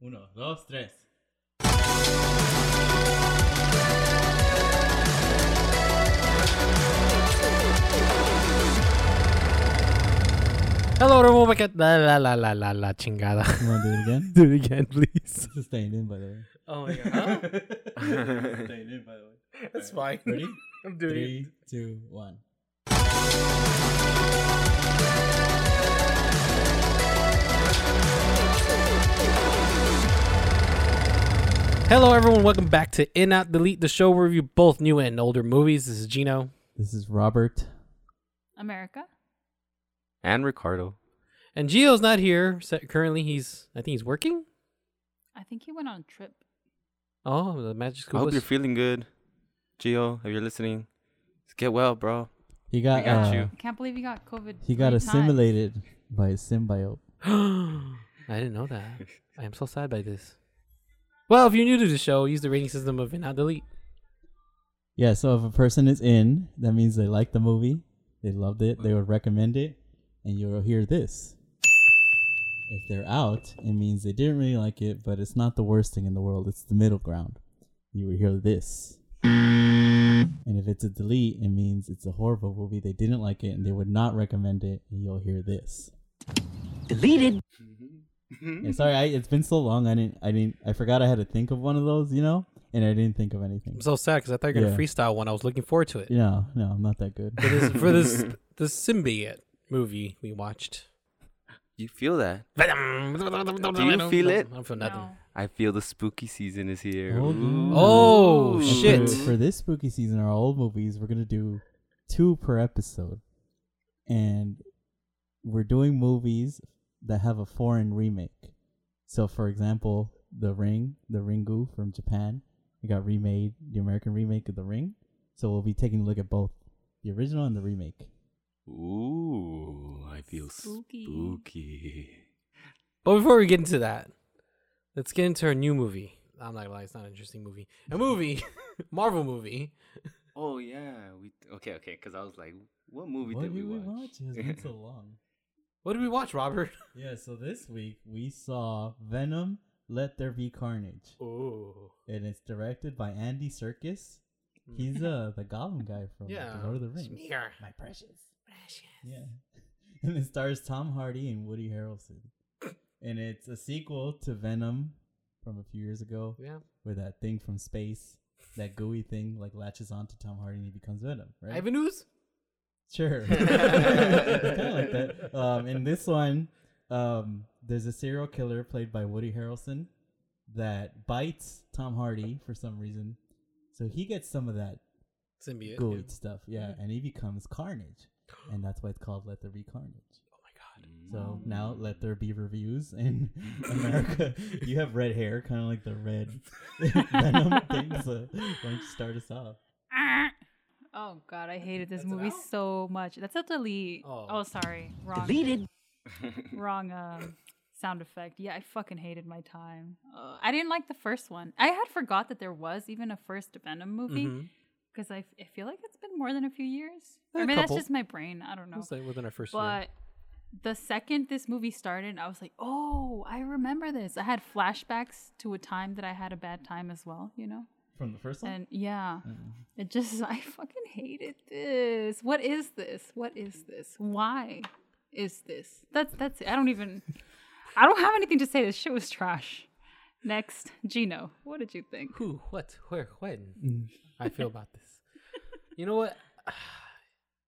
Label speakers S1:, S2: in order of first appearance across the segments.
S1: Uno, dos, tres.
S2: Hello, everyone. Back at la la la la la la chingada.
S1: You want to do it again?
S2: Do it again, please.
S1: this is staying in, by the way.
S2: Oh my god,
S1: staying in, by the way.
S2: that's fine.
S1: Ready?
S2: I'm
S1: Three, two, one.
S2: Hello, everyone. Welcome back to In Out Delete, the show where we review both new and older movies. This is Gino,
S1: This is Robert.
S3: America.
S4: and Ricardo.
S2: and Gio's not here so currently. He's I think he's working.
S3: I think he went on a trip.
S2: Oh, the magic
S4: I
S2: school.
S4: hope
S2: bus.
S4: you're feeling good, Gio. If you're listening, just get well, bro.
S1: He got,
S4: We got
S1: uh,
S4: you.
S3: I can't believe he got COVID.
S1: He got
S3: three
S1: assimilated by a symbiote.
S2: I didn't know that. I am so sad by this. Well, if you're new to the show, use the rating system of In Out Delete.
S1: Yeah, so if a person is in, that means they liked the movie, they loved it, they would recommend it, and you'll hear this. If they're out, it means they didn't really like it, but it's not the worst thing in the world. It's the middle ground. You would hear this. And if it's a delete, it means it's a horrible movie. They didn't like it and they would not recommend it, and you'll hear this. Deleted. sorry, I, it's been so long. I didn't, I didn't, I forgot I had to think of one of those, you know, and I didn't think of anything.
S2: I'm so sad because I thought you were gonna
S1: Yeah.
S2: freestyle one. I was looking forward to it.
S1: No, no, I'm not that good.
S2: For this, for this the symbiote movie we watched.
S4: You feel that?
S2: Do you
S4: you feel it?
S2: I don't feel
S3: times.
S2: nothing.
S3: No.
S4: I feel the spooky season is here.
S1: Oh,
S4: Ooh.
S2: Oh,
S1: And
S2: shit.
S1: For, for this spooky season, our old movies, we're gonna do two per episode, and we're doing movies that have a foreign remake. So, for example, The Ring, The Ringu from Japan, it got remade, the American remake of The Ring. So we'll be taking a look at both the original and the remake.
S4: Oh. Ooh, I feel
S3: Spooky.
S4: spooky.
S2: But before we get into that, let's get into our new movie. I'm not gonna lie, it's not an interesting movie. A movie, Marvel movie.
S4: Oh yeah, we okay, okay. Because I was like, what movie
S1: what
S4: did we
S1: did we
S4: watch?
S1: watch? It has been so long.
S2: What did we watch, Robert?
S1: Yeah. So this week we saw Venom. Let there be carnage.
S2: Oh,
S1: and it's directed by Andy Serkis.
S2: Hmm.
S1: He's uh the Gollum guy from
S2: yeah.
S1: the Lord of the Rings.
S2: Smear.
S1: My precious. Yeah. And it stars Tom Hardy and Woody Harrelson. And it's a sequel to Venom from a few years ago
S2: Yeah.
S1: where that thing from space, that gooey thing like latches onto Tom Hardy and he becomes Venom, right?
S2: Ivan News.
S1: Sure. it's kind of like that. Um, in this one, um, there's a serial killer played by Woody Harrelson that bites Tom Hardy for some reason. So he gets some of that
S2: Symbiote.
S1: gooey
S2: yeah.
S1: stuff. Yeah.
S2: Mm-hmm.
S1: And he becomes Carnage. And that's why it's called Let There Be Carnage.
S2: Oh my god.
S1: So
S2: Mm.
S1: now let there be reviews in America. you have red hair, kind of like the red venom thing. So why don't you start us off?
S3: Ah. Oh god, I hated this
S2: That's an
S3: movie
S2: out?
S3: so much. That's a delete.
S2: Oh.
S3: Oh, sorry, wrong. Deleted. wrong um, sound effect. Yeah, I fucking hated my time. Uh, I didn't like the first one. I had forgot that there was even a first Venom movie
S2: Mhm.
S3: because I, f- I feel like it's been more than a few years.
S2: A
S3: I mean,
S2: couple.
S3: that's just my brain. I don't
S2: It
S3: know.
S2: was like within our first year.
S3: But the second this movie started, I was like, oh, I remember this. I had flashbacks to a time that I had a bad time as well, you know?
S1: From the first one?
S3: And yeah,
S1: Mm-hmm.
S3: it just, I fucking hated this. What is this? What is this? Why is this? That's, that's it. I don't even, I don't have anything to say. This shit was trash. Next, Gino, what did you think?
S2: Who? What? Where? When? I feel about this. You know what?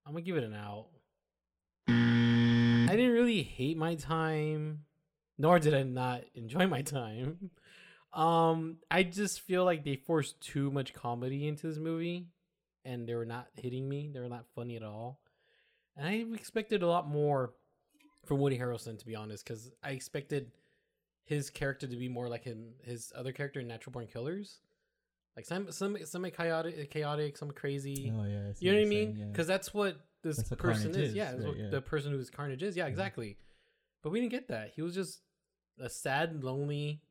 S2: I'm gonna give it an out. I didn't really hate my time, nor did I not enjoy my time. Um, I just feel like they forced too much comedy into this movie, and they were not hitting me. They were not funny at all, and I expected a lot more from Woody Harrelson, to be honest, because I expected his character to be more like him, his other character in Natural Born Killers, like some some some chaotic, chaotic, some crazy.
S1: oh, yeah. see
S2: You know what
S1: you're
S2: I mean?
S1: saying, yeah.
S2: Because that's what this
S1: That's what
S2: person
S1: Carnage
S2: is.
S1: is,
S2: Yeah, that's
S1: right,
S2: what
S1: yeah.
S2: the person who's Carnage is. Yeah, exactly. But we didn't get that. He was just a sad, lonely,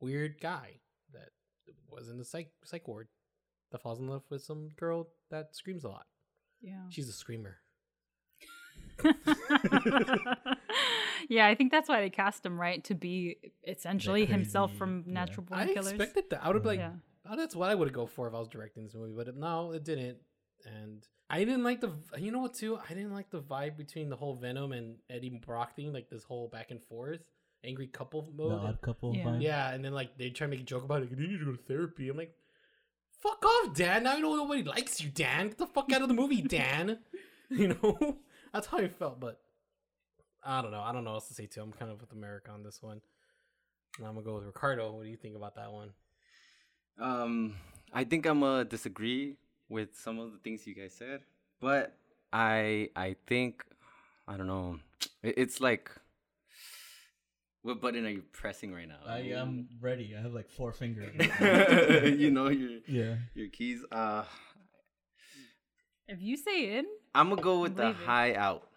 S2: weird guy that was in the psych psych ward that falls in love with some girl that screams a lot.
S3: Yeah.
S2: She's a screamer.
S3: yeah, I think that's why they cast him right to be essentially himself
S1: crazy-
S3: from
S1: yeah.
S3: Natural Born
S2: I
S3: Killers.
S2: expected that. I would be like,
S3: yeah.
S2: oh, that's what I would go for if I was directing this movie. But no, it didn't. And I didn't like the. You know what? Too, I didn't like the vibe between the whole Venom and Eddie Brock thing. Like this whole back and forth, angry couple
S1: The
S2: mode.
S1: odd couple.
S3: Yeah.
S1: vibe.
S2: Yeah, and then like they try to make a joke about it. Like, you need to go to therapy. I'm like, fuck off, Dan. Now you know nobody likes you, Dan. Get the fuck out of the movie, Dan. you know, that's how I felt. But I don't know. I don't know what else to say too. I'm kind of with America on this one. And I'm gonna go with Ricardo. What do you think about that one?
S4: Um, I think I'm gonna disagree with some of the things you guys said, but I I think I don't know. It, it's like what button are you pressing right now?
S1: I am ready. I have like four fingers.
S4: you know your
S1: yeah.
S4: your keys. Uh,
S3: If you say it,
S4: I'm gonna go with the
S3: Leave it.
S4: high out.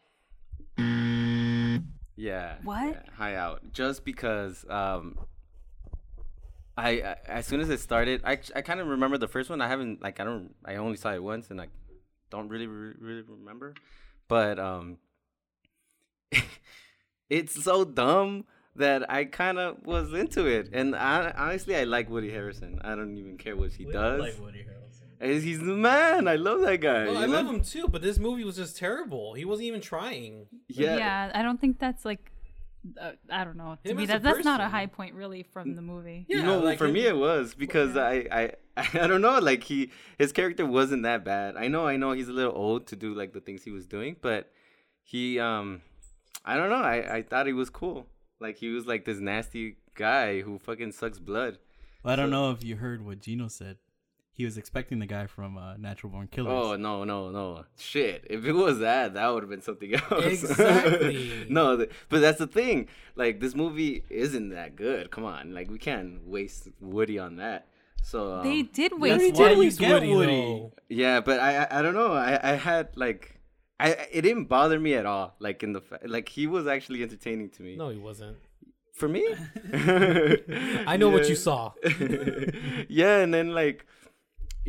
S4: Yeah.
S3: What?
S4: yeah, high out. Just because um I, I as soon as it started, I I kind of remember the first one. I haven't like I don't I only saw it once and I don't really re- really remember. But um it's so dumb that I kind of was into it. And I honestly I like Woody Harrison. I don't even care what he does.
S1: Woody Harrelson.
S4: He's- He's the man. I love that guy.
S2: Well, Oh, I
S4: you know?
S2: love him too, but this movie was just terrible. He wasn't even trying.
S3: yeah. I don't think that's like. Uh, I don't know. To
S2: Him
S3: me,
S2: as a
S3: that, that's not a
S2: person.
S3: high point really from the movie.
S2: Yeah,
S4: you know,
S2: like,
S4: for
S2: it-
S4: me it was because I, I I don't know, like he his character wasn't that bad. I know, I know he's a little old to do like the things he was doing, but he um I don't know, I, I thought he was cool. Like he was like this nasty guy who fucking sucks blood.
S1: Well, I don't know if you heard what Gino said. He was expecting the guy from uh, Natural Born Killers.
S4: Oh no, no, no. Shit. If it was that, that would have been something else.
S2: Exactly.
S4: no, th- but that's the thing. Like this movie isn't that good. Come on. Like we can't waste Woody on that. So um,
S3: They did
S1: That's
S3: waste.
S1: why
S2: did
S1: you
S2: waste
S1: get
S2: Woody,
S1: Woody.
S2: though.
S4: Yeah, but I I- I don't know. I I had like I I- it didn't bother me at all. Like in the fa- like he was actually entertaining to me.
S2: No, he wasn't.
S4: For me?
S2: I know what you saw.
S4: yeah, and then like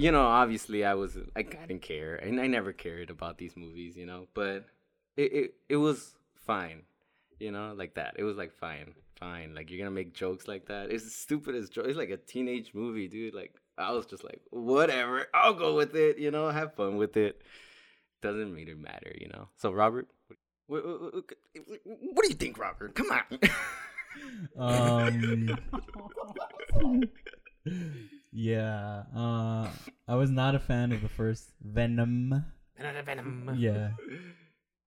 S4: you know, obviously I was like I didn't care. And I never cared about these movies, you know, but it it, it was fine. You know, like that. It was like fine. Fine. Like you're going to make jokes like that. It's the stupidest joke. It's like a teenage movie, dude. Like I was just like, whatever. I'll go with it, you know, have fun with it. Doesn't really matter, you know. So Robert, what, what, what, what do you think, Robert? Come on.
S1: Um, yeah. Uh, I was not a fan of the first Venom.
S2: Banana Venom.
S1: Yeah.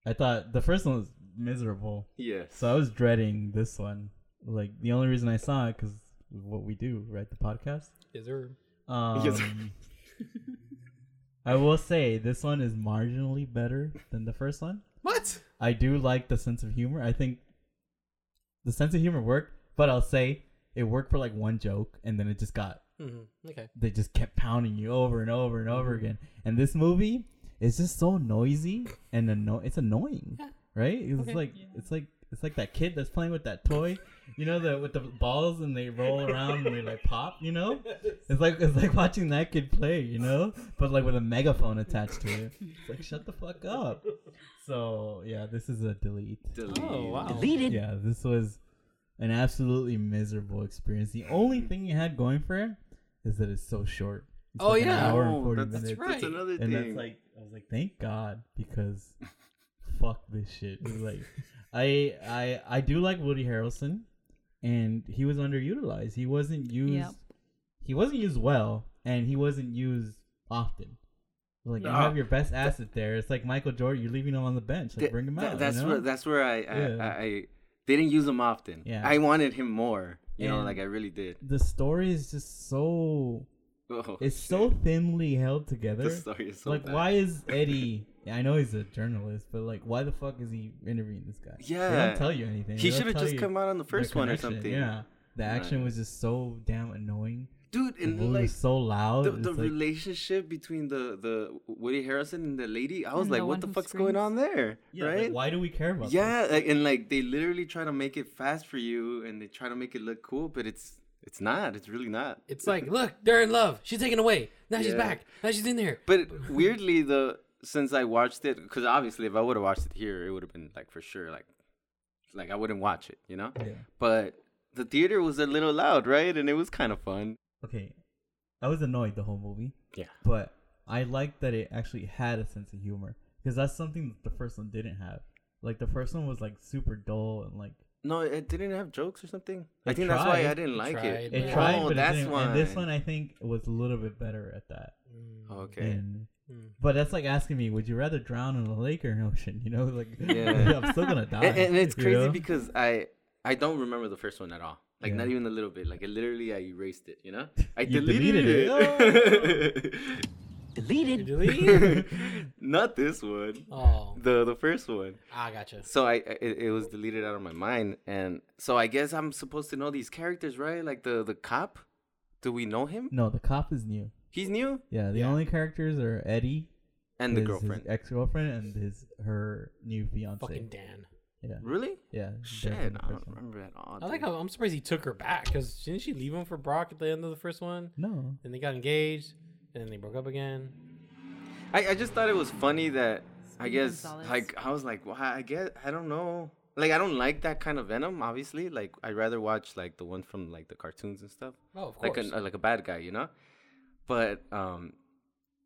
S1: I thought the first one was miserable.
S4: Yes.
S1: So I was dreading this one. Like, the only reason I saw it because what we do, right? The podcast.
S2: Is there?
S1: Um,
S4: Yes.
S1: I will say this one is marginally better than the first one.
S2: What?
S1: I do like the sense of humor. I think the sense of humor worked, but I'll say it worked for like one joke, and then it just got
S2: hmm Okay.
S1: they just kept pounding you over and over and over again. And this movie is just so noisy and anno- it's annoying, right? It's
S2: Okay.
S1: like it's like it's like that kid that's playing with that toy, you know, the with the balls and they roll around and they like pop, you know. It's like it's like watching that kid play, you know, but like with a megaphone attached to it. It's like shut the fuck up. So yeah, this is a delete.
S2: Oh wow.
S1: Yeah, this was an absolutely miserable experience. The only thing you had going for it is that it's so short. It's
S2: Oh,
S1: like
S2: yeah.
S1: an hour and forty
S4: that's,
S1: minutes.
S2: right.
S4: That's another
S1: And
S4: thing.
S1: that's like, I was like, thank God because fuck this shit. It's Like, I I I do like Woody Harrelson, and he was underutilized. He wasn't used.
S3: Yep.
S1: He wasn't used well, and he wasn't used often. Like you
S4: Yeah.
S1: have your best asset there. It's like Michael Jordan. You're leaving him on the bench. Like
S4: Th-
S1: bring him
S4: th-
S1: out.
S4: that's
S1: you know?
S4: where that's where I I,
S1: Yeah.
S4: I I didn't use him often.
S1: Yeah.
S4: I wanted him more. You know,
S1: And-
S4: like I really did.
S1: the story is just so
S4: Oh,
S1: it's
S4: shit.
S1: so thinly held together.
S4: the story is so
S1: like,
S4: bad.
S1: why is Eddie? I know he's a journalist, but like, why the fuck is he interviewing this guy? they
S4: Yeah.
S1: don't tell you anything.
S4: he
S1: They don't
S4: should have
S1: tell
S4: just
S1: you
S4: come out on the
S1: the
S4: first one or
S1: connection.
S4: something.
S1: Yeah, the action
S4: Right.
S1: was just so damn annoying.
S4: dude,
S1: The
S4: and
S1: movie
S4: like
S1: was so loud.
S4: the,
S1: it's
S4: the
S1: like,
S4: relationship between the the Woody Harrison and the lady, I was
S3: And
S4: like,
S3: the
S4: what
S3: one
S4: the
S3: who
S4: fuck's going
S3: screams.
S4: on there?
S1: yeah, like,
S4: right?
S1: why do we care about?
S4: yeah, like, and like they literally try to make it fast for you, and they try to make it look cool, but it's it's not. It's really not.
S2: It's like, look, they're in love. She's taken away. Now she's
S4: Yeah.
S2: back. Now she's in there.
S4: But weirdly, the since I watched it, because obviously if I would have watched it here, it would have been like for sure like like I wouldn't watch it, you know.
S1: Yeah.
S4: But the theater was a little loud, right? And it was kind of fun.
S1: Okay, I was annoyed the whole movie.
S4: Yeah.
S1: but I liked that it actually had a sense of humor because that's something that the first one didn't have. Like the first one was like super dull and like
S4: No, it didn't have jokes or something. I
S1: It
S4: think that's why I
S1: tried.
S4: didn't
S2: It
S4: like it.
S2: tried,
S1: it
S2: Yeah.
S1: tried,
S4: oh,
S1: but it
S4: that's
S1: didn't.
S4: why.
S1: And this one I think was a little bit better at that.
S4: Oh, Okay.
S1: And-
S2: Mm.
S1: but that's like asking me, would you rather drown in a lake or an ocean? You know, like
S4: Yeah.
S1: I'm still gonna die.
S4: and, and it's
S1: you
S4: crazy
S1: know?
S4: because I I don't remember the first one at all. Like
S1: Yeah.
S4: not even a little bit. Like it literally I erased it, you know? I
S1: You
S4: deleted,
S1: deleted
S4: it.
S2: You delete?
S1: Oh.
S4: not this one.
S2: oh,
S4: The the first one.
S2: I gotcha.
S4: So I I- it, it was deleted out of my mind and so I guess I'm supposed to know these characters, right? Like the the cop? Do we know him?
S1: no, the cop is new.
S4: He's new?
S1: Yeah, the
S2: Yeah.
S1: only characters are Eddie
S4: And the
S1: his-
S4: girlfriend.
S1: his ex girlfriend, and his her new fiance.
S2: Fucking Dan.
S1: yeah,
S4: Really?
S1: yeah. they're
S4: Shit,
S1: from the
S4: I don't
S1: first one.
S4: remember at all.
S2: I like
S4: dude.
S2: how I'm surprised he took her back because didn't she leave him for Brock at the end of the first one?
S1: No,
S2: Then they got engaged, and then they broke up again.
S4: I, I just thought it was funny that I
S3: Speedy
S4: guess
S3: Gonzalez.
S4: like I was like, well, I guess I don't know. Like I don't like that kind of Venom. Obviously, like I'd rather watch like the one from like the cartoons and stuff,
S2: Oh, of
S4: like uh,
S2: course.
S4: a like a bad guy, you know. But um,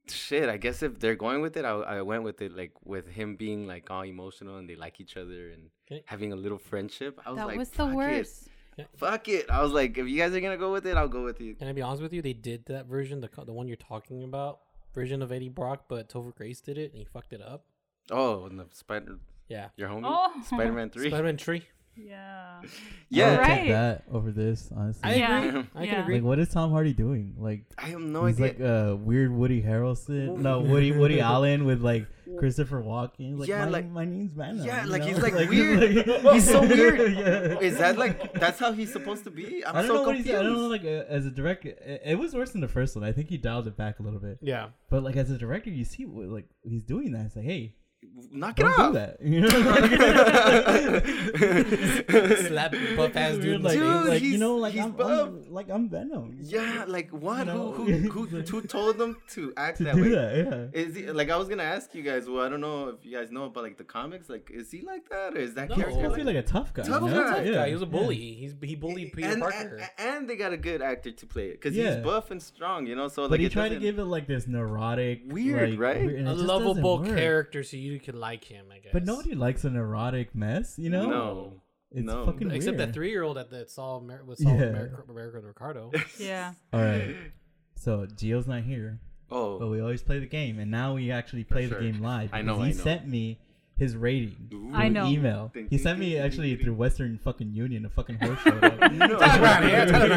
S4: shit, I guess if they're going with it, I I went with it like with him being like all emotional and they like each other and
S2: Okay.
S4: having a little friendship. I was
S3: that
S4: like,
S3: was the
S4: "Fuck it.
S3: worst.
S4: Fuck it. I was like, if you guys are gonna go with it, I'll go with you.
S2: Can I be honest with you? They did that version, the co- the one you're talking about, version of Eddie Brock, but Topher Grace did it and he fucked it up.
S4: Oh, and the Spider,
S2: Yeah,
S4: your homie,
S3: Oh.
S4: Spider-Man Three.
S2: Spider-Man Tree.
S3: Yeah.
S1: I
S4: yeah,
S1: would
S3: Right.
S1: take that over this honestly.
S2: I
S3: Yeah.
S2: agree. I can
S3: Yeah.
S2: agree.
S1: like, what is Tom Hardy doing? Like,
S4: I have no
S1: he's
S4: idea.
S1: like a weird Woody Harrelson. No, Woody Woody Allen with like Christopher Walken. Like,
S4: Yeah,
S1: my,
S4: like-
S1: my name's Venom.
S4: Yeah,
S1: you
S4: like,
S1: know?
S4: he's, like, weird. He's so weird. Is that like that's how he's supposed to be? I'm
S1: I don't
S4: so
S1: know what
S4: confused.
S1: he's. I don't know. Like uh, as a director, it, it was worse than the first one. I think he dialed it back a little bit.
S2: Yeah.
S1: But like as a director, you see what like he's doing that. It's like, hey,
S4: Knock it
S1: don't do
S4: off.
S1: that. You know?
S2: Slap buff ass
S1: Weird,
S2: dude. in the
S1: like,
S2: face.
S4: Dude,
S1: like, you
S4: he's-
S1: know, like
S4: he's
S1: I'm,
S4: buff.
S1: I'm- like I'm Venom.
S4: yeah, like what?
S1: No.
S4: Who, who who who told them to act
S1: to
S4: that
S1: do
S4: way?
S1: that. Yeah.
S4: Is he like I was gonna ask you guys? Well, I don't know if you guys know about like the comics. Like, is he like that, or is that
S2: No.
S1: He's
S4: character
S1: supposed to be
S4: like?
S1: like a tough guy.
S4: Tough
S1: you know?
S4: guy. Tough
S2: That
S1: Yeah.
S2: guy, he was a
S1: yeah.
S2: bully. He's he bullied Peter
S4: and,
S2: Parker.
S4: and, and they got a good actor to play it because
S1: Yeah.
S4: he's buff and strong, you know. So like,
S1: But he
S4: it
S1: tried to
S4: doesn't-
S1: give it like this neurotic,
S4: Weird,
S1: like,
S4: right?
S1: and it
S2: a
S1: just
S2: lovable
S1: doesn't work.
S2: character, so you could like him. I guess.
S1: But nobody likes a neurotic mess, you know.
S4: No.
S1: it's
S4: no.
S1: fucking
S2: Except
S1: weird.
S2: that three-year-old that, that saw Mer- was saw
S1: Yeah.
S2: Mer- America Ricardo.
S3: Yeah.
S1: All right, so Gio's not here, but
S4: Oh,
S1: we always play the game, and now we actually play
S4: sure.
S1: the game live.
S4: I know,
S1: because He
S4: I know.
S1: sent me his rating.
S4: Ooh.
S1: through
S3: I know.
S1: Email.
S4: Ding,
S1: He
S4: ding,
S1: sent me
S4: ding,
S1: actually
S4: ding,
S1: through Western fucking Union. A fucking horse showed up.
S4: No.
S2: Turn around here, turn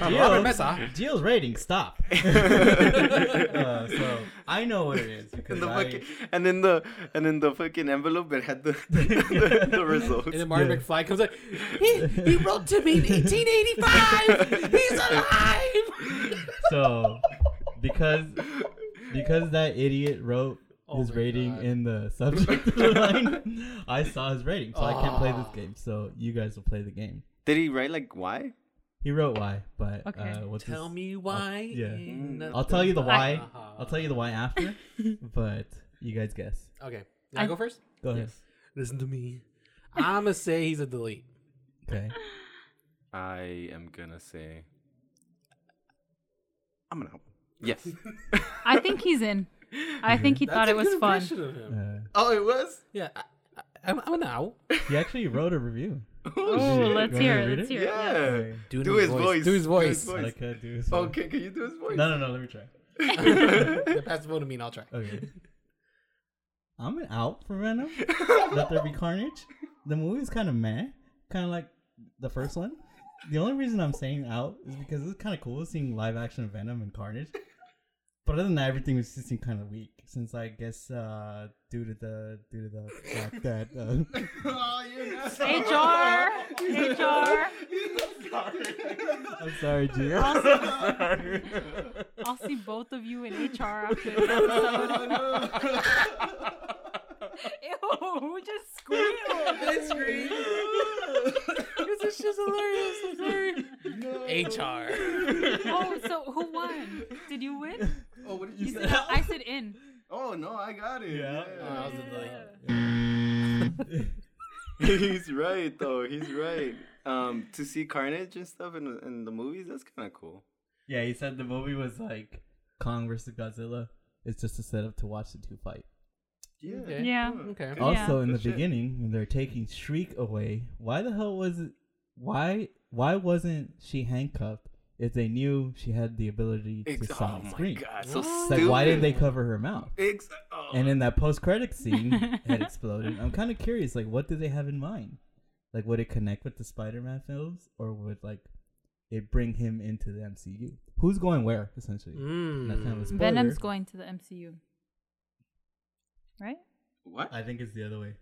S1: Gio-
S2: Robert Mesa.
S1: Gio's rating. Stop. Uh, so I know what it is because
S4: and the
S1: I-
S4: fucking, and then the and then the fucking envelope it had the the, the results.
S2: And then Marty McFly comes like, he, he wrote to me in 1885. He's alive.
S1: so because because that idiot wrote
S2: Oh
S1: his
S2: my
S1: rating
S2: God.
S1: in the subject line, I saw his rating, so I can't play this
S2: Ah.
S1: game. So you guys will play the game.
S4: Did he write like why?
S1: He wrote why, but
S3: Okay.
S1: uh, what's
S2: Tell
S1: his-
S2: me why.
S1: yeah.
S2: ain't
S1: I'll tell you the
S2: nothing uh-huh.
S1: why.
S2: but-
S1: I'll tell you the why after, but you guys guess.
S2: Okay. Can I,
S3: I-
S2: go first?
S1: Go ahead.
S2: Listen to me. I'm going to say he's a delete.
S1: Okay.
S4: I am gonna say. I'm gonna. Yes.
S3: I think he's in. I think he thought it was fun.
S1: Uh,
S4: oh, it was.
S2: Yeah. I, I, I'm, I'm an owl.
S1: he actually wrote a review.
S3: Oh, let's
S1: wanna
S3: hear
S1: read
S3: it. Let's
S1: it?
S3: hear it. yeah.
S4: Yeah.
S2: Do,
S4: Do
S2: his,
S4: his
S2: voice.
S4: voice.
S2: Do his
S4: Do his
S2: voice.
S4: voice.
S1: I could do this.
S4: Okay, can you do his voice?
S1: No, no, no. Let me try.
S2: Pass the phone to me and I'll try.
S1: Okay. I'm an out for Venom. Let There Be Carnage. The movie is kind of meh, kind of like the first one. The only reason I'm saying out is because it's kind of cool seeing live action Venom and Carnage. But other than that, everything was just kind of weak. Since I guess uh, due to the due to the fact that uh,
S4: Oh, you're not sorry.
S3: HR, HR.
S1: I'm sorry, Gio.
S3: I'll see, I'll see both of you in HR after this episode. Ew, who just squealed?
S2: This is just hilarious. I'm sorry. HR.
S3: Oh, so who won? Did you win?
S4: Oh, what did
S3: You said I said in.
S4: Oh no, I got it.
S1: Yeah. Oh,
S2: I was just like,
S4: he's right though. He's right. Um, to see Carnage and stuff in the- in the movies, that's kind of cool.
S1: Yeah, he said the movie was like Kong versus Godzilla. It's just a setup to watch the two fight.
S4: Yeah.
S2: Okay.
S3: Yeah.
S2: Okay.
S4: good.
S1: Also,
S4: Yeah.
S1: in the
S4: Good shit.
S1: beginning, when they're taking Shriek away, why the hell was it? Why why wasn't she handcuffed if they knew she had the ability to
S4: Ex- oh
S1: sound
S4: my
S1: scream?
S4: god, so
S1: It's
S4: stupid.
S1: like, why did they cover her mouth?
S4: Ex- oh.
S1: And in that post-credit scene had exploded. I'm kind of curious, like, what did they have in mind? Like, would it connect with the Spider-Man films, or would like it bring him into the MCU? Who's going where, essentially?
S2: Mm.
S1: That kind of spoiler.
S3: Venom's going to the MCU. Right?
S4: what?
S1: I think it's the other way.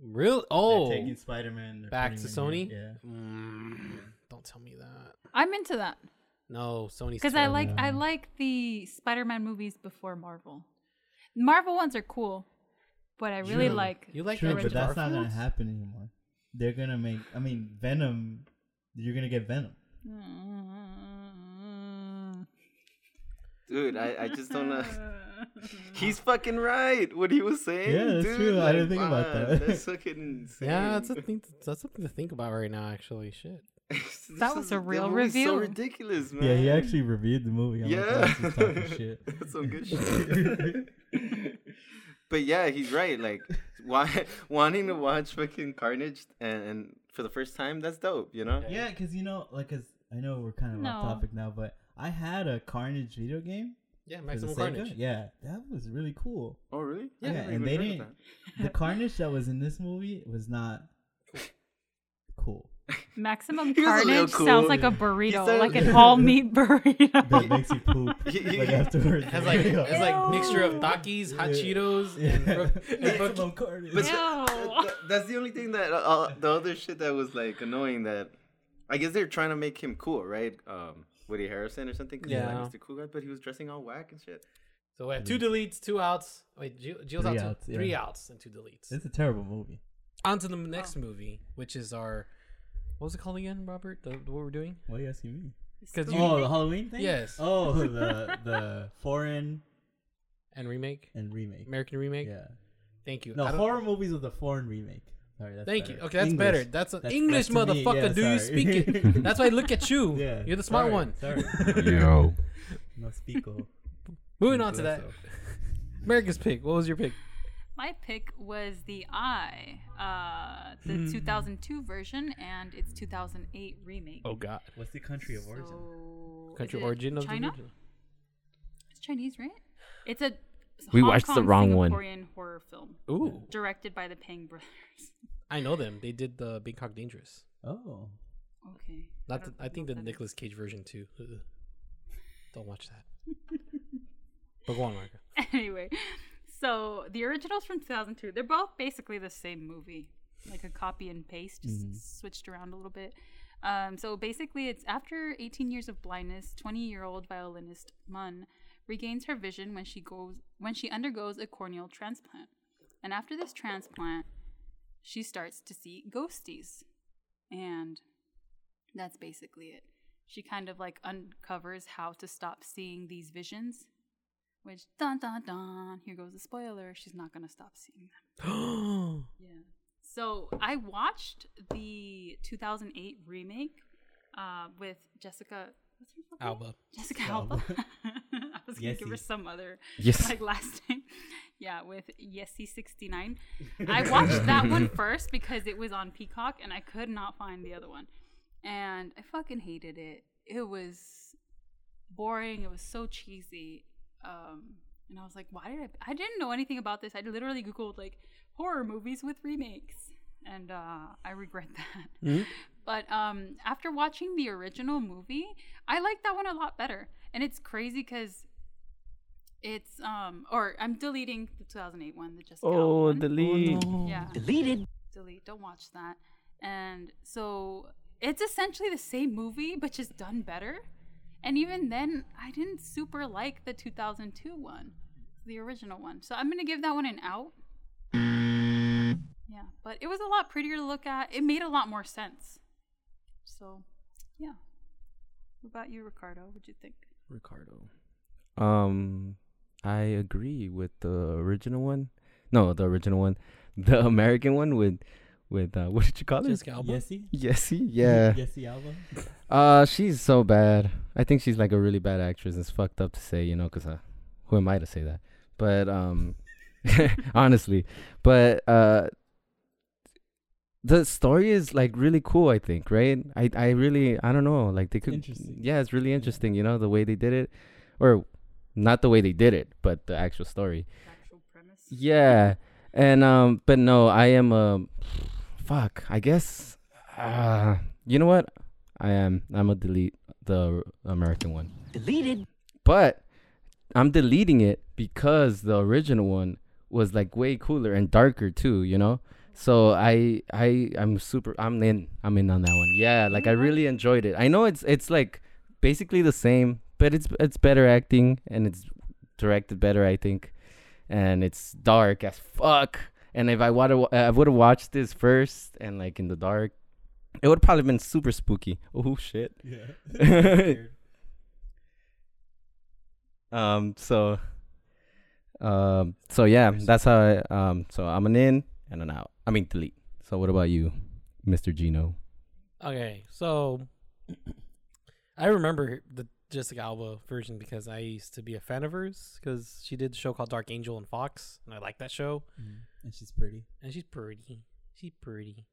S2: Real?
S1: Oh,
S2: Oh.
S1: they're taking Spider-Man they're
S2: Back
S1: putting
S2: to
S1: him in
S2: Sony?
S1: there.
S2: Mm, don't tell me that.
S3: I'm into that
S2: No, Sony's.
S3: because I like I
S1: Yeah.
S3: like the Spider-Man movies before Marvel. Marvel ones are cool, but I really
S1: True.
S3: like
S2: You
S1: Yeah.
S2: like
S1: True,
S2: Andrew
S1: but that's not gonna
S2: Garfield's?
S1: happen anymore. They're gonna make. I mean, Venom. You're gonna get Venom.
S4: Dude, I, I just don't know. He's fucking right. What he was saying.
S1: Yeah, that's
S4: dude,
S1: true. I didn't think
S4: wow,
S1: about that.
S4: That's fucking insane.
S2: Yeah, that's a thing. That's something to think about right now. Actually, shit.
S4: This
S3: That was
S4: is-
S3: a real
S4: movie's So
S3: reveal.
S4: ridiculous, man.
S1: Yeah, he actually reviewed the movie. I'm
S4: yeah,
S1: like, "That's just talking shit.
S4: That's some good shit. but yeah, he's right. Like, wa- wanting to watch fucking Carnage and, and for the first time, that's dope. You know?
S1: Yeah, because you know, like, cause I know we're kind of
S3: No.
S1: off topic now, but I had a Carnage video game.
S2: Yeah,
S1: for the
S2: Maximum
S1: Sega.
S2: Carnage.
S1: Yeah, that was really cool.
S4: Oh, really?
S1: Yeah,
S4: I never
S1: and
S4: even
S1: they
S4: heard of
S1: didn't. The Carnage that was in this movie was not cool.
S3: Maximum
S4: He was a little
S3: Carnage
S4: cool.
S3: sounds like a burrito,
S4: sounded-
S3: like an all meat
S1: That
S3: burrito.
S1: makes you poop like afterwards.
S2: It has like
S1: Yeah.
S2: it's like mixture of Takis, hot
S1: Yeah.
S2: Cheetos, and,
S1: Yeah.
S2: and fucking-
S1: Maximum Carnage.
S4: But
S3: Ew.
S4: Th- that's the only thing that uh, uh, the other shit that was like annoying that I guess they're trying to make him cool, right? Um, Woody Harrison or something. 'cause he's
S2: Yeah.
S4: like Mr. Cool Guy, but he was dressing all whack and shit.
S2: So we have two deletes, two outs. Wait, Jill, Jill's
S1: Three
S2: out, two-
S1: outs, yeah.
S2: three outs and two deletes.
S1: It's a terrible movie.
S2: On to the next movie, which is our what was it called again, Robert? The, what we're doing?
S1: Why are you asking me?
S2: Because you
S1: Oh, the Halloween thing.
S2: Yes.
S1: Oh, the the foreign
S2: and remake
S1: and remake.
S2: American remake.
S1: Yeah.
S2: Thank you.
S1: No
S2: I don't-
S1: horror movies with a foreign remake. Sorry, that's
S2: Thank
S1: better.
S2: you. Okay, that's
S1: English.
S2: better. That's an
S1: that's
S2: English
S1: to me.
S2: motherfucker.
S1: Yeah,
S2: Do you
S1: sorry.
S2: speak it? That's why I look at you.
S1: Yeah,
S2: You're the smart
S1: sorry,
S2: one.
S1: Sorry.
S5: Yo.
S1: no speako.
S2: Moving on to that.
S1: Incluso.
S2: America's pick. What was your pick?
S3: My pick was the Eye, uh,
S2: Hmm.
S3: the 2002 version and its 2008 remake.
S2: Oh God.
S1: What's the country of origin?
S3: So, is
S2: Country
S3: it
S2: origin of
S3: China?
S2: the original.
S3: It's Chinese, right? It's a
S5: We
S3: Hong
S5: watched the
S3: Kong
S5: wrong one.
S3: Singaporean horror film
S2: Ooh,
S3: directed by the Pang brothers.
S2: I know them. They did the Bangkok Dangerous.
S1: Oh,
S3: Okay.
S2: Not the,
S3: don't
S2: I think
S3: know
S2: the
S3: what that is.
S2: Nicolas Cage version too. Ugh. Don't watch that. but go on, Marco.
S3: anyway, so the originals from 2002, they're both basically the same movie, like a copy and paste, just switched around a little bit. Um, so basically, it's after 18 years of blindness, 20-year-old violinist Mun regains her vision when she goes when she undergoes a corneal transplant, and after this transplant, she starts to see ghosties, and that's basically it. She kind of like uncovers how to stop seeing these visions which dun dun dun. Here goes the spoiler. She's not gonna stop seeing them. Yeah. So I watched the 2008 remake uh, with Jessica. What's her fucking
S2: Alba.
S3: Jessica
S1: Alba.
S3: Alba. I was gonna give her
S1: Yessie.
S3: some other
S5: Yes.
S3: like last name. Yeah, with Yesy sixty nine. I watched that one first because it was on Peacock and I could not find the other one. And I fucking hated it. It was boring, it was so cheesy. Um and I was like, why did I I didn't know anything about this. I literally Googled like horror movies with remakes. And uh, I regret that. But um, after watching the original movie, I like that one a lot better. And it's crazy because it's um, or I'm deleting the 2008 one, the Jessica. Alba
S2: Oh,
S3: one. Oh,
S5: delete.
S3: yeah,
S5: Deleted.
S3: delete. Don't watch that. And so it's essentially the same movie, but just done better. And even then, I didn't super like the 2002 one, the original one. So I'm gonna give that one an out. Yeah, but it was a lot prettier to look at. It made a lot more sense. So, yeah. What about you, Ricardo? What'd you think?
S2: Ricardo.
S5: Um,
S4: I agree with the original one. No, the original one, the American one with with uh, what did you call it?
S2: Jessica Alba.
S1: Yesy?
S4: Yessie. Yeah.
S1: Yesy Alba?
S4: Uh, she's so bad. I think she's like a really bad actress. It's fucked up to say, you know, 'cause uh, who am I to say that? But um, honestly, but uh, the story is like really cool. I think, right? I I really I don't know. Like they could,
S1: Interesting.
S4: yeah, it's really interesting. You know, the way they did it, or not the way they did it, but the actual story.
S3: Actual premise.
S4: Yeah. And um but no, I am um fuck, I guess uh you know what? I am I'm gonna delete the American one.
S5: Deleted.
S4: But I'm deleting it because the original one was like way cooler and darker too, you know? So I I I'm super I'm in I'm in on that one. Yeah, like I really enjoyed it. I know it's it's like basically the same, but it's it's better acting and it's directed better, I think. And it's dark as fuck. And if I would have I would have watched this first and like in the dark, it would probably been super spooky. Oh shit.
S1: Yeah.
S4: Um. So. Um. So yeah, that's how. I, um. So I'm an in and an out. I mean delete. So what about you, Mr. Gino?
S2: Okay, so I remember the Jessica Alba version because I used to be a fan of hers because she did a show called Dark Angel and Fox, and I like that show.
S1: Mm, and she's pretty.
S2: And she's pretty. She's pretty.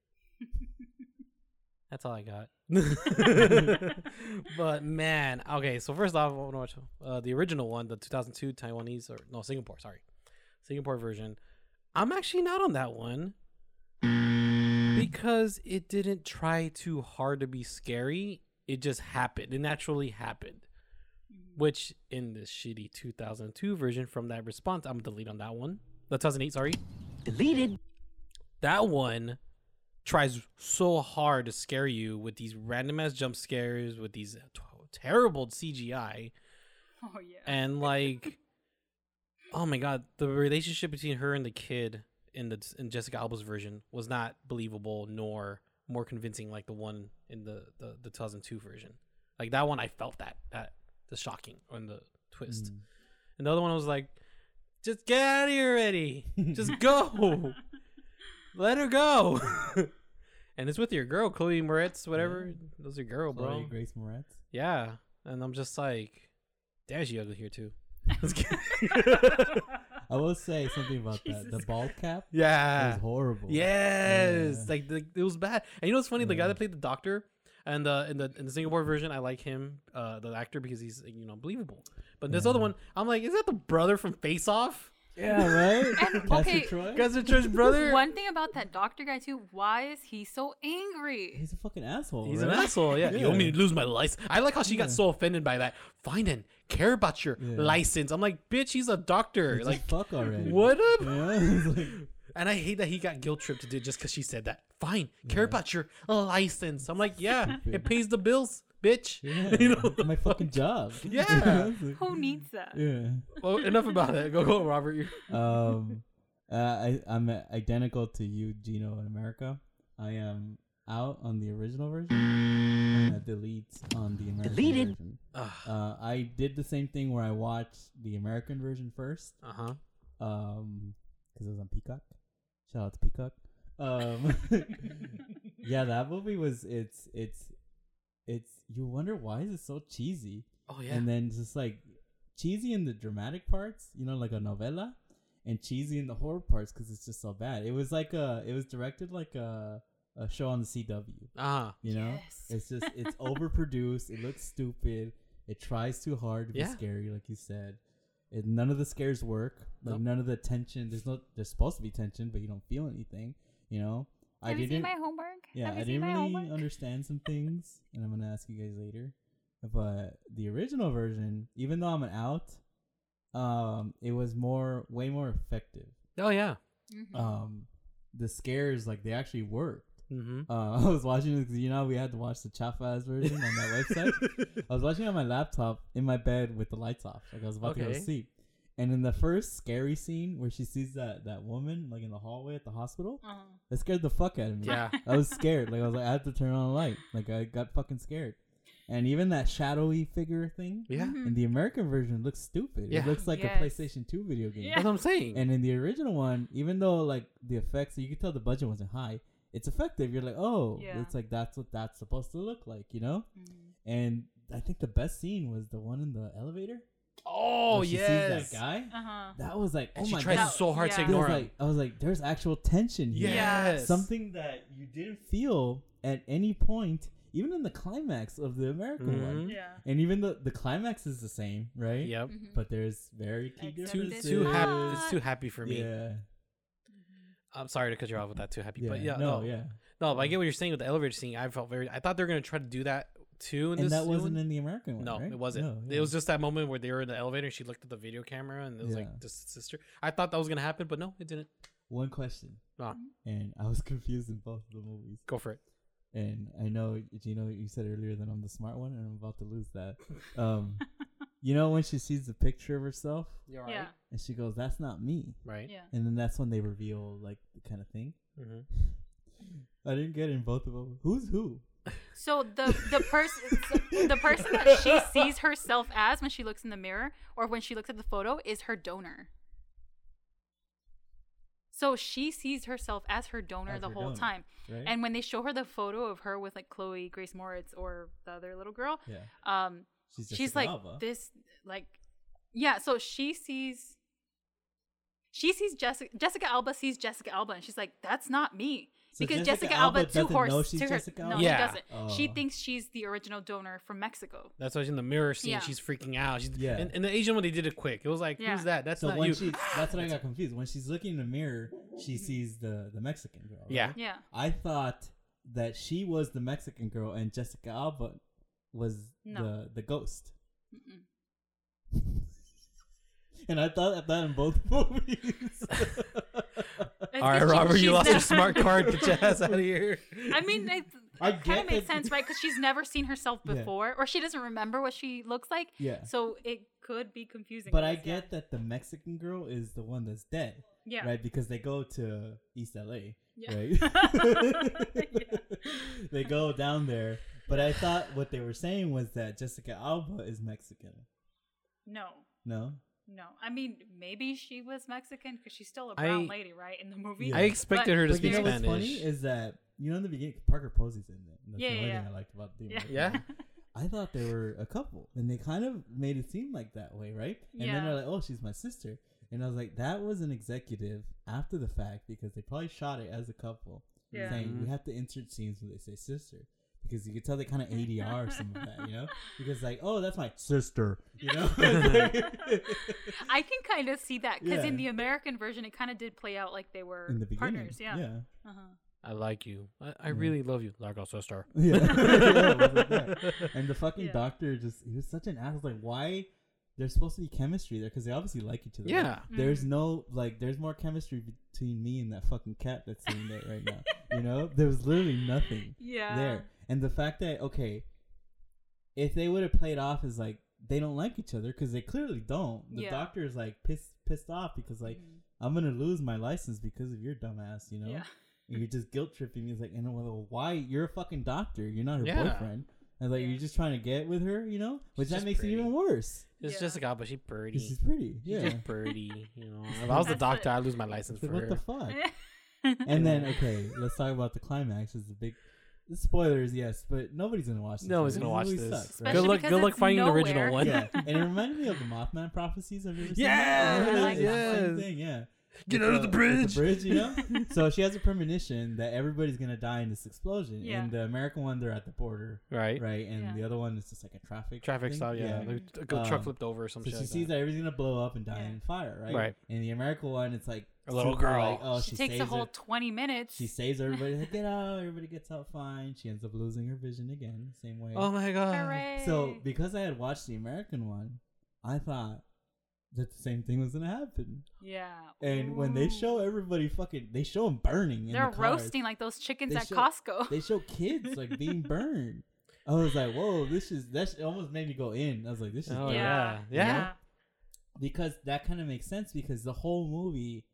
S2: That's all I got. but man, okay. So first off, I want to watch uh, the original one, the 2002 Taiwanese or no Singapore, sorry, Singapore version. I'm actually not on that one because it didn't try too hard to be scary. It just happened. It naturally happened. Which in this shitty 2002 version from that response, I'm gonna delete on that one. The 2008, sorry
S5: Deleted.
S2: that one tries so hard to scare you with these random ass jump scares with these uh, t- terrible CGI
S3: Oh yeah.
S2: and like oh my god the relationship between her and the kid in the in Jessica Alba's version was not believable nor more convincing like the one in the the, the 2002 version like that one I felt that that the shocking and the twist
S1: Mm.
S2: and the other one was like, just get out of here already. Just go. Let her go. and it's with your girl, Chloe Moretz, whatever. That was your girl, bro.
S1: Chloe Mm. Grace Moretz.
S2: Yeah. And I'm just like, damn, she ugly here too.
S1: I will say something about that. The
S3: Jesus
S1: bald cap
S2: yeah.
S1: was horrible.
S2: Yes.
S1: Yeah.
S2: Like the, it was bad. And you know what's funny? The guy
S1: Yeah.
S2: that played the doctor and the in the in the Singapore version, I like him, uh, the actor because he's you know believable. But this other
S1: Yeah.
S2: one, I'm like, is that the brother from Face Off?
S1: Yeah, right?
S3: And,
S1: Pastor
S3: okay,
S1: Troy?
S2: Guys, the church brother.
S3: One thing about that doctor guy too. Why is he so angry?
S1: He's a fucking asshole.
S2: He's
S1: right?
S2: an asshole. Yeah. You want me
S1: Yeah.
S2: to lose my license? I like how she got
S1: Yeah.
S2: so offended by that. Fine and care about your
S1: Yeah.
S2: license. I'm like, bitch, he's a doctor.
S1: Just
S2: like,
S1: fuck already.
S2: what up?
S1: Yeah, he's like,
S2: And I hate that he got guilt tripped to do just because she said that. Fine, care about your license. I'm like, yeah, it
S1: Stupid.
S2: pays the bills, bitch.
S1: yeah,
S2: you know.
S1: my fucking job.
S2: Yeah.
S3: Who needs that?
S1: yeah.
S2: well, Oh, enough about it. Go, go, Robert. You-
S1: um, uh, I, I'm uh, identical to you, Gino, in America. I am out on the original version and I delete on the American
S5: Deleted.
S1: version.
S2: Ah.
S1: Uh, I did the same thing where I watched the American version first
S2: Uh huh.
S1: because Um, it was on Peacock. Shout out to Peacock. Um, yeah, that movie was it's it's it's you wonder why is it so cheesy
S2: Oh yeah.
S1: and then just like cheesy in the dramatic parts, you know, like a novella, and cheesy in the horror parts because it's just so bad. It was like a, it was directed like a, a show on the CW,
S2: uh huh.
S1: you know.
S3: Yes.
S1: It's just it's overproduced. It looks stupid. It tries too hard to be
S2: Yeah.
S1: scary, like you said. It, none of the scares work. Like
S2: Nope.
S1: none of the tension. There's no. There's supposed to be tension, but you don't feel anything. You know.
S3: Have you seen my homework?
S1: Yeah,
S3: Have you
S1: I
S3: seen
S1: didn't
S3: my
S1: really
S3: homework?
S1: understand some things, and I'm gonna ask you guys later. But the original version, even though I'm an out, um, it was more, way more effective.
S2: Oh yeah.
S3: Mhm.
S1: Um, the scares like they actually worked.
S2: Mm-hmm.
S1: Uh, I was watching it 'cause, you know we had to watch the Chafa's version on that website. I was watching it on my laptop in my bed with the lights off, like I was about to go
S2: Okay.
S1: to sleep. And in the first scary scene where she sees that that woman like in the hallway at the hospital,
S3: Uh-huh.
S1: that scared the fuck out of me.
S2: yeah.
S1: I was scared. Like I was like, I had to turn on a light. Like I got fucking scared. And even that shadowy figure thing
S2: Yeah.
S3: Mm-hmm.
S1: in the American version looks stupid.
S2: Yeah.
S1: It looks like
S3: Yes.
S1: a PlayStation 2 video game.
S3: Yeah.
S2: That's what I'm saying.
S1: And in the original one, even though like the effects, you could tell the budget wasn't high. It's effective. You're like, oh,
S3: Yeah.
S1: it's like that's what that's supposed to look like, you know.
S3: Mm-hmm.
S1: And I think the best scene was the one in the elevator.
S2: oh
S1: where she sees
S2: yes.
S1: that guy.
S3: Uh huh.
S1: That was like, oh
S2: she
S1: my
S2: tries
S1: god.
S3: That-
S2: so hard to
S3: yeah.
S1: It was
S2: ignore him.
S1: like, I was like, there's actual tension here.
S2: Yes.
S1: Something that you didn't feel at any point, even in the climax of the American
S2: Mhm.
S1: one.
S3: Yeah.
S1: And even the the climax is the same, right?
S2: Yep.
S3: Mhm.
S1: But there's very key
S3: Except
S2: Too
S1: differences.
S2: too happy.
S3: not.
S2: It's too happy for me.
S1: uh, Yeah.
S2: I'm sorry to cut you off with that too happy,
S1: yeah.
S2: but yeah,
S1: No,
S2: no,
S1: yeah.
S2: no. But I get what you're saying with the elevator scene. I felt very. I thought they were gonna try to do that too. In
S1: And
S2: this
S1: that
S2: new
S1: wasn't
S2: one.
S1: in the American one.
S2: No,
S1: right?
S2: it wasn't.
S1: No,
S2: It
S1: yeah.
S2: was just that moment where they were in the elevator and she looked at the video camera and it was
S1: Yeah.
S2: like just sister. I thought that was gonna happen, but no, it didn't.
S1: one question.
S2: Ah.
S1: And I was confused in both of the movies.
S2: Go for it.
S1: and I know Gino, you said earlier that I'm the smart one, and I'm about to lose that. Um, you know when she sees the picture of herself,
S2: You're
S3: Yeah.
S1: and she goes, "That's not me,"
S2: Right.
S3: Yeah.
S1: and then that's when they reveal like the kind of thing.
S2: hmm
S1: I didn't get it in both of them. Who's who?
S3: So the the person the person that she sees herself as when she looks in the mirror or when she looks at the photo is her donor. So she sees herself as her donor
S1: As
S3: the
S1: her
S3: whole
S1: donor,
S3: time.
S1: Right?
S3: And when they show her the photo of her with like Chloe Grace Moritz or the other little girl,
S1: yeah,
S3: um
S1: she's just
S3: she's
S1: an
S3: like
S1: Alva.
S3: this like yeah, so she sees she sees Jessica Jessica Alba sees Jessica Alba and she's like that's not me.
S1: So
S3: because Jessica, Alba, two
S1: doesn't
S3: horse
S1: know she's
S3: to her,
S1: Jessica
S3: no
S1: Alba?
S2: Yeah.
S3: she doesn't. She
S1: Oh.
S3: thinks she's the original donor from Mexico.
S2: That's why she's in the mirror scene.
S3: Yeah.
S2: She's freaking out. She's,
S1: Yeah.
S2: And, and the Asian one, they did it quick. It was like,
S3: Yeah.
S2: who's that? That's
S1: So
S2: not
S1: when
S2: you.
S1: she, that's what I got confused. When she's looking in the mirror, she sees the the Mexican girl. right?
S2: Yeah.
S3: Yeah.
S1: I thought that she was the Mexican girl and Jessica Alba was
S3: No.
S1: the the ghost.
S3: Mm-mm.
S1: And I thought at that in both movies.
S3: It's
S2: All right,
S3: 'cause she-
S2: Robert,
S3: she's
S2: you lost your
S3: never-
S2: smart card. Get your ass out of here.
S3: I mean, it
S1: I
S3: kind
S1: get
S3: of makes
S1: that-
S3: sense, right? Because she's never seen herself
S1: Yeah.
S3: before, or she doesn't remember what she looks like.
S1: Yeah.
S3: So it could be confusing.
S1: but I
S3: guess, yeah.
S1: get that the Mexican girl is the one that's dead,
S3: Yeah.
S1: right? Because they go to East LA,
S3: Yeah.
S1: right?
S3: Yeah.
S1: They go down there. But I thought what they were saying was that Jessica Alba is Mexican.
S3: No.
S1: No?
S3: No. I mean, maybe she was Mexican because she's still a brown
S2: I-
S3: lady, right? In the movie.
S1: Yeah.
S2: I expected
S3: But-
S2: her to
S1: But you
S2: speak
S1: know what's
S2: Spanish.
S1: funny is that you know in the beginning Parker Posey's in it. and That's
S3: Yeah,
S1: the
S3: yeah,
S1: only
S3: yeah.
S1: thing I liked about the
S3: Yeah.
S1: movie.
S2: yeah.
S1: I thought they were a couple, and they kind of made it seem like that way, right? And then
S3: Yeah.
S1: they're like, "Oh, she's my sister," and I was like, "That was an executive after the fact because they probably shot it as a couple."
S3: Yeah.
S1: Saying we
S2: Mhm.
S1: have to insert scenes where they say sister because you could tell they kind of ADR some of that, you know? Because like, oh, that's my sister, you know?
S3: I can kind of see that because in
S1: Yeah.
S3: the American version, it kind of did play out like they were
S1: in the beginning,
S3: partners. Yeah.
S1: yeah.
S3: Uh-huh.
S2: I like you. I, I really love you. Like our sister.
S1: Yeah. Yeah, it was like that. And the fucking
S3: Yeah.
S1: doctor just, he was such an ass. Like, why? There's supposed to be chemistry there because they obviously like each other. right?
S2: Yeah.
S3: Mm-hmm. Mm.
S1: There's no, like, there's more chemistry between me and that fucking cat that's sitting there right now. You know? There was literally nothing
S3: Yeah.
S1: there. And the fact that, okay, if they would have played off as, like, they don't like each other because they clearly don't. The
S3: Yeah. Mm.
S1: doctor is, like, pissed, pissed off because, like, I'm going to lose my license because of your dumbass, you know?
S3: Yeah.
S1: And you're just guilt tripping me. It's like, and well, why? You're a fucking doctor. You're not her
S2: Yeah.
S1: boyfriend. And like,
S3: Yeah.
S1: you're just trying to get with her, you know? Which
S2: She's
S1: that
S2: just
S1: makes
S2: pretty.
S1: it even worse.
S2: It's
S3: Yeah.
S2: Jessica, but she's pretty.
S1: Because she's
S2: She's
S1: pretty. Yeah.
S2: just pretty. You know, if I was the
S3: That's
S2: doctor,
S3: it.
S2: I'd lose my license
S1: It's
S2: for
S1: like, what
S2: her.
S1: the fuck? and then, okay, let's talk about the climax. Is the big spoilers, yes, but nobody's gonna watch this.
S2: no one's
S1: movie.
S2: gonna watch
S1: movie
S2: this.
S1: sucks,
S3: right?
S1: right?
S2: Good
S3: Especially
S2: luck.
S3: because
S2: Good luck
S3: it's
S2: finding the
S3: nowhere.
S2: original one.
S1: yeah, and it reminded me of the Mothman prophecies. Have you ever seen
S2: Yeah,
S1: that?
S3: I like
S1: It's the
S2: that.
S1: same thing, yeah.
S2: Get
S1: With
S2: out of the
S1: with
S2: bridge.
S1: the bridge, you know. so she has a premonition that everybody's gonna die in this explosion.
S3: Yeah.
S1: And the American one, they're at the border,
S2: Right.
S1: right? And
S3: Yeah.
S1: the other one is just like a traffic
S2: Traffic
S1: thing.
S2: stop. Yeah. Like, a
S1: Um,
S2: truck flipped over or some
S1: So
S2: shit.
S1: she
S2: like
S1: sees
S2: that.
S1: that everything's gonna blow up and die
S3: Yeah.
S1: in fire, right?
S2: Right.
S1: And the American one, it's like
S2: A little
S1: super,
S2: girl.
S1: Like, oh, she,
S3: she, takes
S1: saves
S3: a whole
S1: her-
S3: 20 minutes.
S1: she saves everybody. Like, get out! Everybody gets out fine. She ends up losing her vision again, same way.
S2: Oh my god.
S3: Hooray.
S1: uh, so because I had watched the American one, I thought that the same thing was gonna happen.
S3: yeah.
S1: And when they
S3: Ooh.
S1: show everybody fucking, they show them burning. in
S3: Oh. They're
S1: the cars.
S3: roasting like those chickens
S1: They
S3: at
S1: show-
S3: Costco.
S1: They show kids like being burned. I was like, whoa, this is that almost made me go in. I was like, this is
S2: Oh,
S1: dark.
S2: yeah. Yeah.
S1: because that kind of makes sense because the whole movie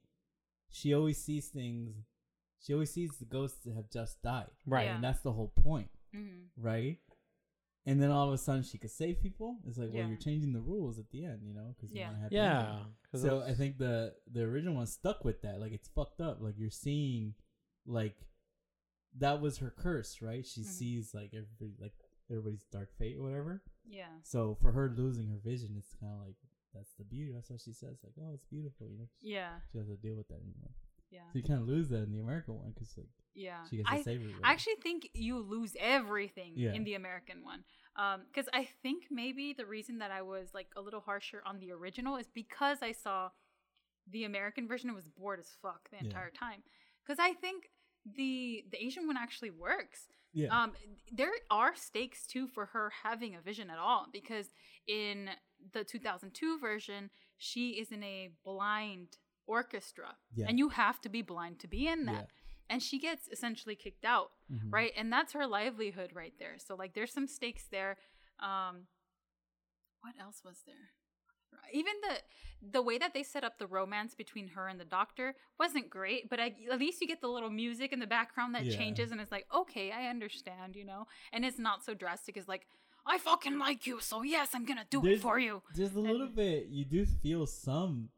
S1: she always sees things she always sees the ghosts that have just died
S2: Right.
S3: Yeah.
S1: and that's the whole point
S3: Mhm.
S1: right and then all of a sudden she could save people. It's like,
S3: Yeah.
S1: well, you're changing the rules at the end, you know? Because
S3: Yeah.
S1: you want to have
S2: Yeah. 'cause
S1: So
S2: that's-
S1: I think the the original one stuck with that. Like it's fucked up. Like you're seeing, like that was her curse, right? She
S3: Mhm.
S1: sees like everybody, like everybody's dark fate or whatever.
S3: Yeah.
S1: So for her losing her vision, it's kind of like that's the beauty. That's what she says. Like, oh, it's beautiful. You know, she,
S3: Yeah.
S1: she doesn't deal with that anymore.
S3: Yeah.
S1: So you kind of lose that in the American one because like
S3: Yeah.
S1: she gets to
S3: I,
S1: save everybody.
S3: I actually think you lose everything
S1: Yeah.
S3: in the American one. Because I think maybe the reason that I was like a little harsher on the original is because I saw the American version and was bored as fuck the
S1: Yeah.
S3: entire time. Because I think the the Asian one actually works.
S1: yeah,
S3: Um, there are stakes too for her having a vision at all because in the 2002 version, she is in a blind orchestra,
S1: Yeah.
S3: and you have to be blind to be in that.
S1: Yeah.
S3: And she gets essentially kicked out,
S1: Mhm.
S3: right? And that's her livelihood right there. So like, there's some stakes there. Um, what else was there? Even the the way that they set up the romance between her and the doctor wasn't great, but I, at least you get the little music in the background that
S1: Yeah.
S3: changes, and it's like, okay, I understand, you know, and it's not so drastic as like, I fucking like you, so yes, I'm gonna do
S1: There's-
S3: it for you.
S1: Just a little bit. You do feel some.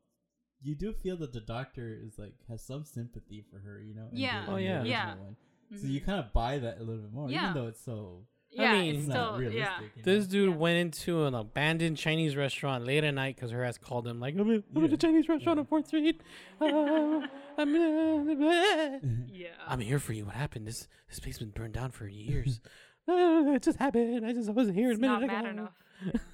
S1: You do feel that the doctor is like has some sympathy for her, you know. in the-
S3: Yeah.
S1: in
S2: Oh,
S1: the
S2: yeah.
S1: original
S3: Yeah. Mm-hmm.
S1: one. So you kind of buy that a little bit more,
S3: Yeah.
S1: even though it's so
S3: Yeah,
S2: mean-
S3: it's
S1: it's
S2: It's
S1: not
S3: still
S1: realistic.
S3: yeah,
S1: you know?
S2: This dude went into an abandoned Chinese restaurant late at night because her ass called him like, I'm at, I'm at
S1: Yeah.
S2: a Chinese restaurant on Fourth Street. Uh, I'm, uh,
S3: yeah,
S2: I'm here for you. What happened? This this place been burned down for years. Uh, it just happened. I just I wasn't here
S3: it's
S2: a minute
S3: not
S2: ago.
S3: bad enough.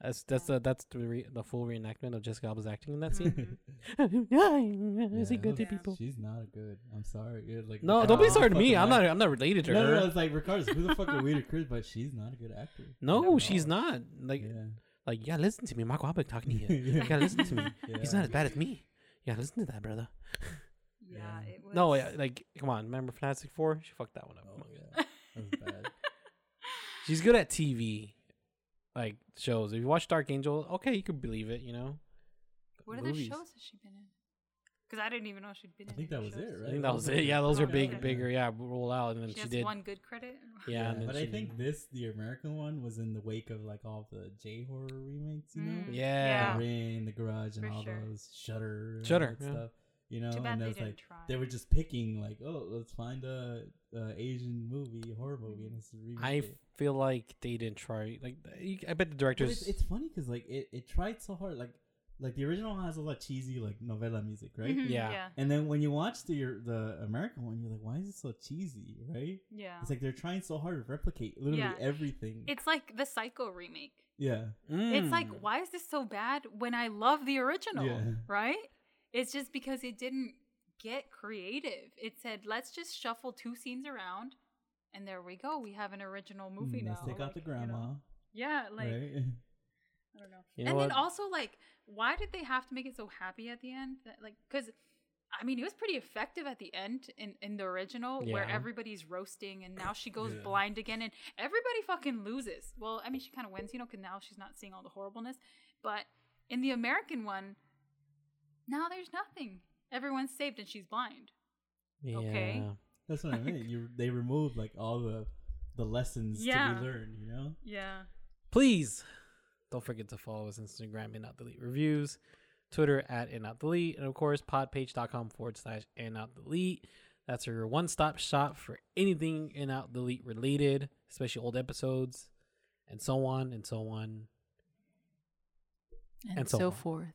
S2: That's that's the that's the re- the full reenactment of Jessica Alba's acting in that scene.
S3: Mm-hmm.
S2: yeah,
S1: Yeah,
S2: good to
S1: that's-
S2: people. Oh,
S1: She's not a good. I'm sorry. You're like
S2: No,
S1: Ricardo-
S2: don't be
S1: who the
S2: sorry to
S1: fuck
S2: me.
S1: am
S2: I'm
S1: I?
S2: not I'm not related to
S1: No, no,
S2: her.
S1: no, it's like Ricardo's. Who the fuck are we to Chris? But she's not a good actor.
S2: No,
S1: Not at
S2: she's
S1: all.
S2: not. Like
S1: Yeah.
S2: like yeah, listen to me. Mark Wahlberg talking to you. yeah, listen to me. He's
S1: Yeah.
S2: not as bad as me. Yeah, listen to that, brother.
S3: Yeah, it was.
S2: No, yeah, like come on. Remember Fantastic Four? She fucked that one up.
S1: Oh
S2: Come on.
S1: yeah, that was bad.
S2: She's good at TV, like shows. If you watch Dark Angel, okay, you could believe it. You know. But
S3: What
S2: movies-
S3: other shows has she been in? Because I didn't even know she'd been
S1: I
S3: in.
S1: think that
S3: any
S1: was
S3: shows.
S1: it, right?
S2: I think that was it. Yeah, those were big,
S3: Yeah.
S2: bigger. Yeah, roll out, and then
S3: She,
S2: she,
S3: has
S2: did.
S3: one good credit.
S2: Yeah, and then
S1: but
S2: she
S1: I think this, the American one, was in the wake of like all the J horror remakes, you know,
S3: Mm.
S2: Yeah.
S1: The Ring, The Garage, and
S3: For
S1: all
S3: sure.
S1: those Shutter, and
S2: Shudder,
S1: all that
S2: yeah.
S1: stuff. You know,
S3: Too bad
S1: and
S3: they
S1: that was
S3: didn't
S1: like
S3: try.
S1: they were just picking like, oh, let's find a, a Asian movie, horror movie, and let's remake
S2: I
S1: it.
S2: feel like they didn't try. Like you- I bet the
S1: But
S2: directors.
S1: it's, it's funny because like it, it tried so hard. Like like the original one has a lot of cheesy like novella music, right?
S3: Mhm,
S2: Mm-hmm. Yeah.
S3: yeah,
S1: And then when you watch the the American one, you're like, why is it so cheesy, right?
S3: yeah.
S1: It's like they're trying so hard to replicate literally
S3: Yeah.
S1: everything.
S3: It's like the Psycho remake.
S1: yeah,
S3: It's
S2: Mm.
S3: like, why is this so bad when I love the original?
S1: Yeah.
S3: Right? It's just because it didn't get creative. It said, let's just shuffle two scenes around, and there we go. We have an original movie
S1: Mm,
S3: now.
S1: let's take out
S3: like,
S1: the
S3: you know?
S1: grandma,
S3: Yeah, like
S1: right?
S3: I don't know.
S2: You know
S3: and
S2: what?
S3: then also like, why did they have to make it so happy at the end? That, like, because I mean, it was pretty effective at the end in in the original, where
S2: Yeah.
S3: everybody's roasting, and now she goes
S1: Yeah.
S3: blind again, and everybody fucking loses. Well, I mean, she kind of wins, you know, because now she's not seeing all the horribleness. But in the American one, now there's nothing. Everyone's saved, and she's blind. okay.
S2: Yeah.
S1: That's what I mean. You they removed like all the the lessons to
S3: Yeah.
S1: be learned. You know,
S3: Yeah.
S2: Please don't forget to follow us on Instagram and not delete reviews, Twitter at and not delete, and of course podpage.com forward slash and not delete. That's your one stop shop for anything in out delete related, especially old episodes, and so on and so on. And so on.
S3: forth.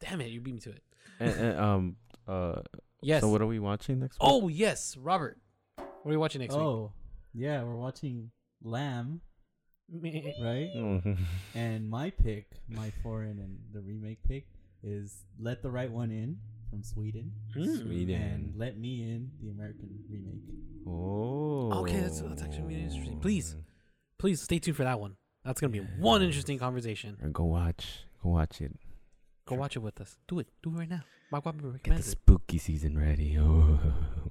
S2: Damn it, you beat me to it.
S4: And, and, um. Uh.
S2: Yes.
S4: So what are we watching next? week?
S2: oh yes, Robert. What are we watching next
S1: oh yeah, we're watching Lamb,
S2: week?
S1: right?
S2: Oh!
S4: Mhm.
S1: And my pick, my foreign and the remake pick is Let the Right One In from Sweden,
S2: Mm.
S1: and
S4: Sweden.
S1: Let Me In the American remake.
S4: Oh.
S2: Okay, that's, that's actually really interesting. Please, please stay tuned for that one. That's gonna be one interesting conversation.
S4: Or Go watch. Go watch it.
S2: Go watch it with us. Do it. Do it right now. Mark Wahlberg
S4: Get the
S2: recommends it.
S4: spooky season ready. Oh.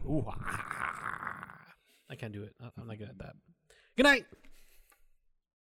S2: Ooh, ah. I can't do it. I- I'm not good at that. Good night.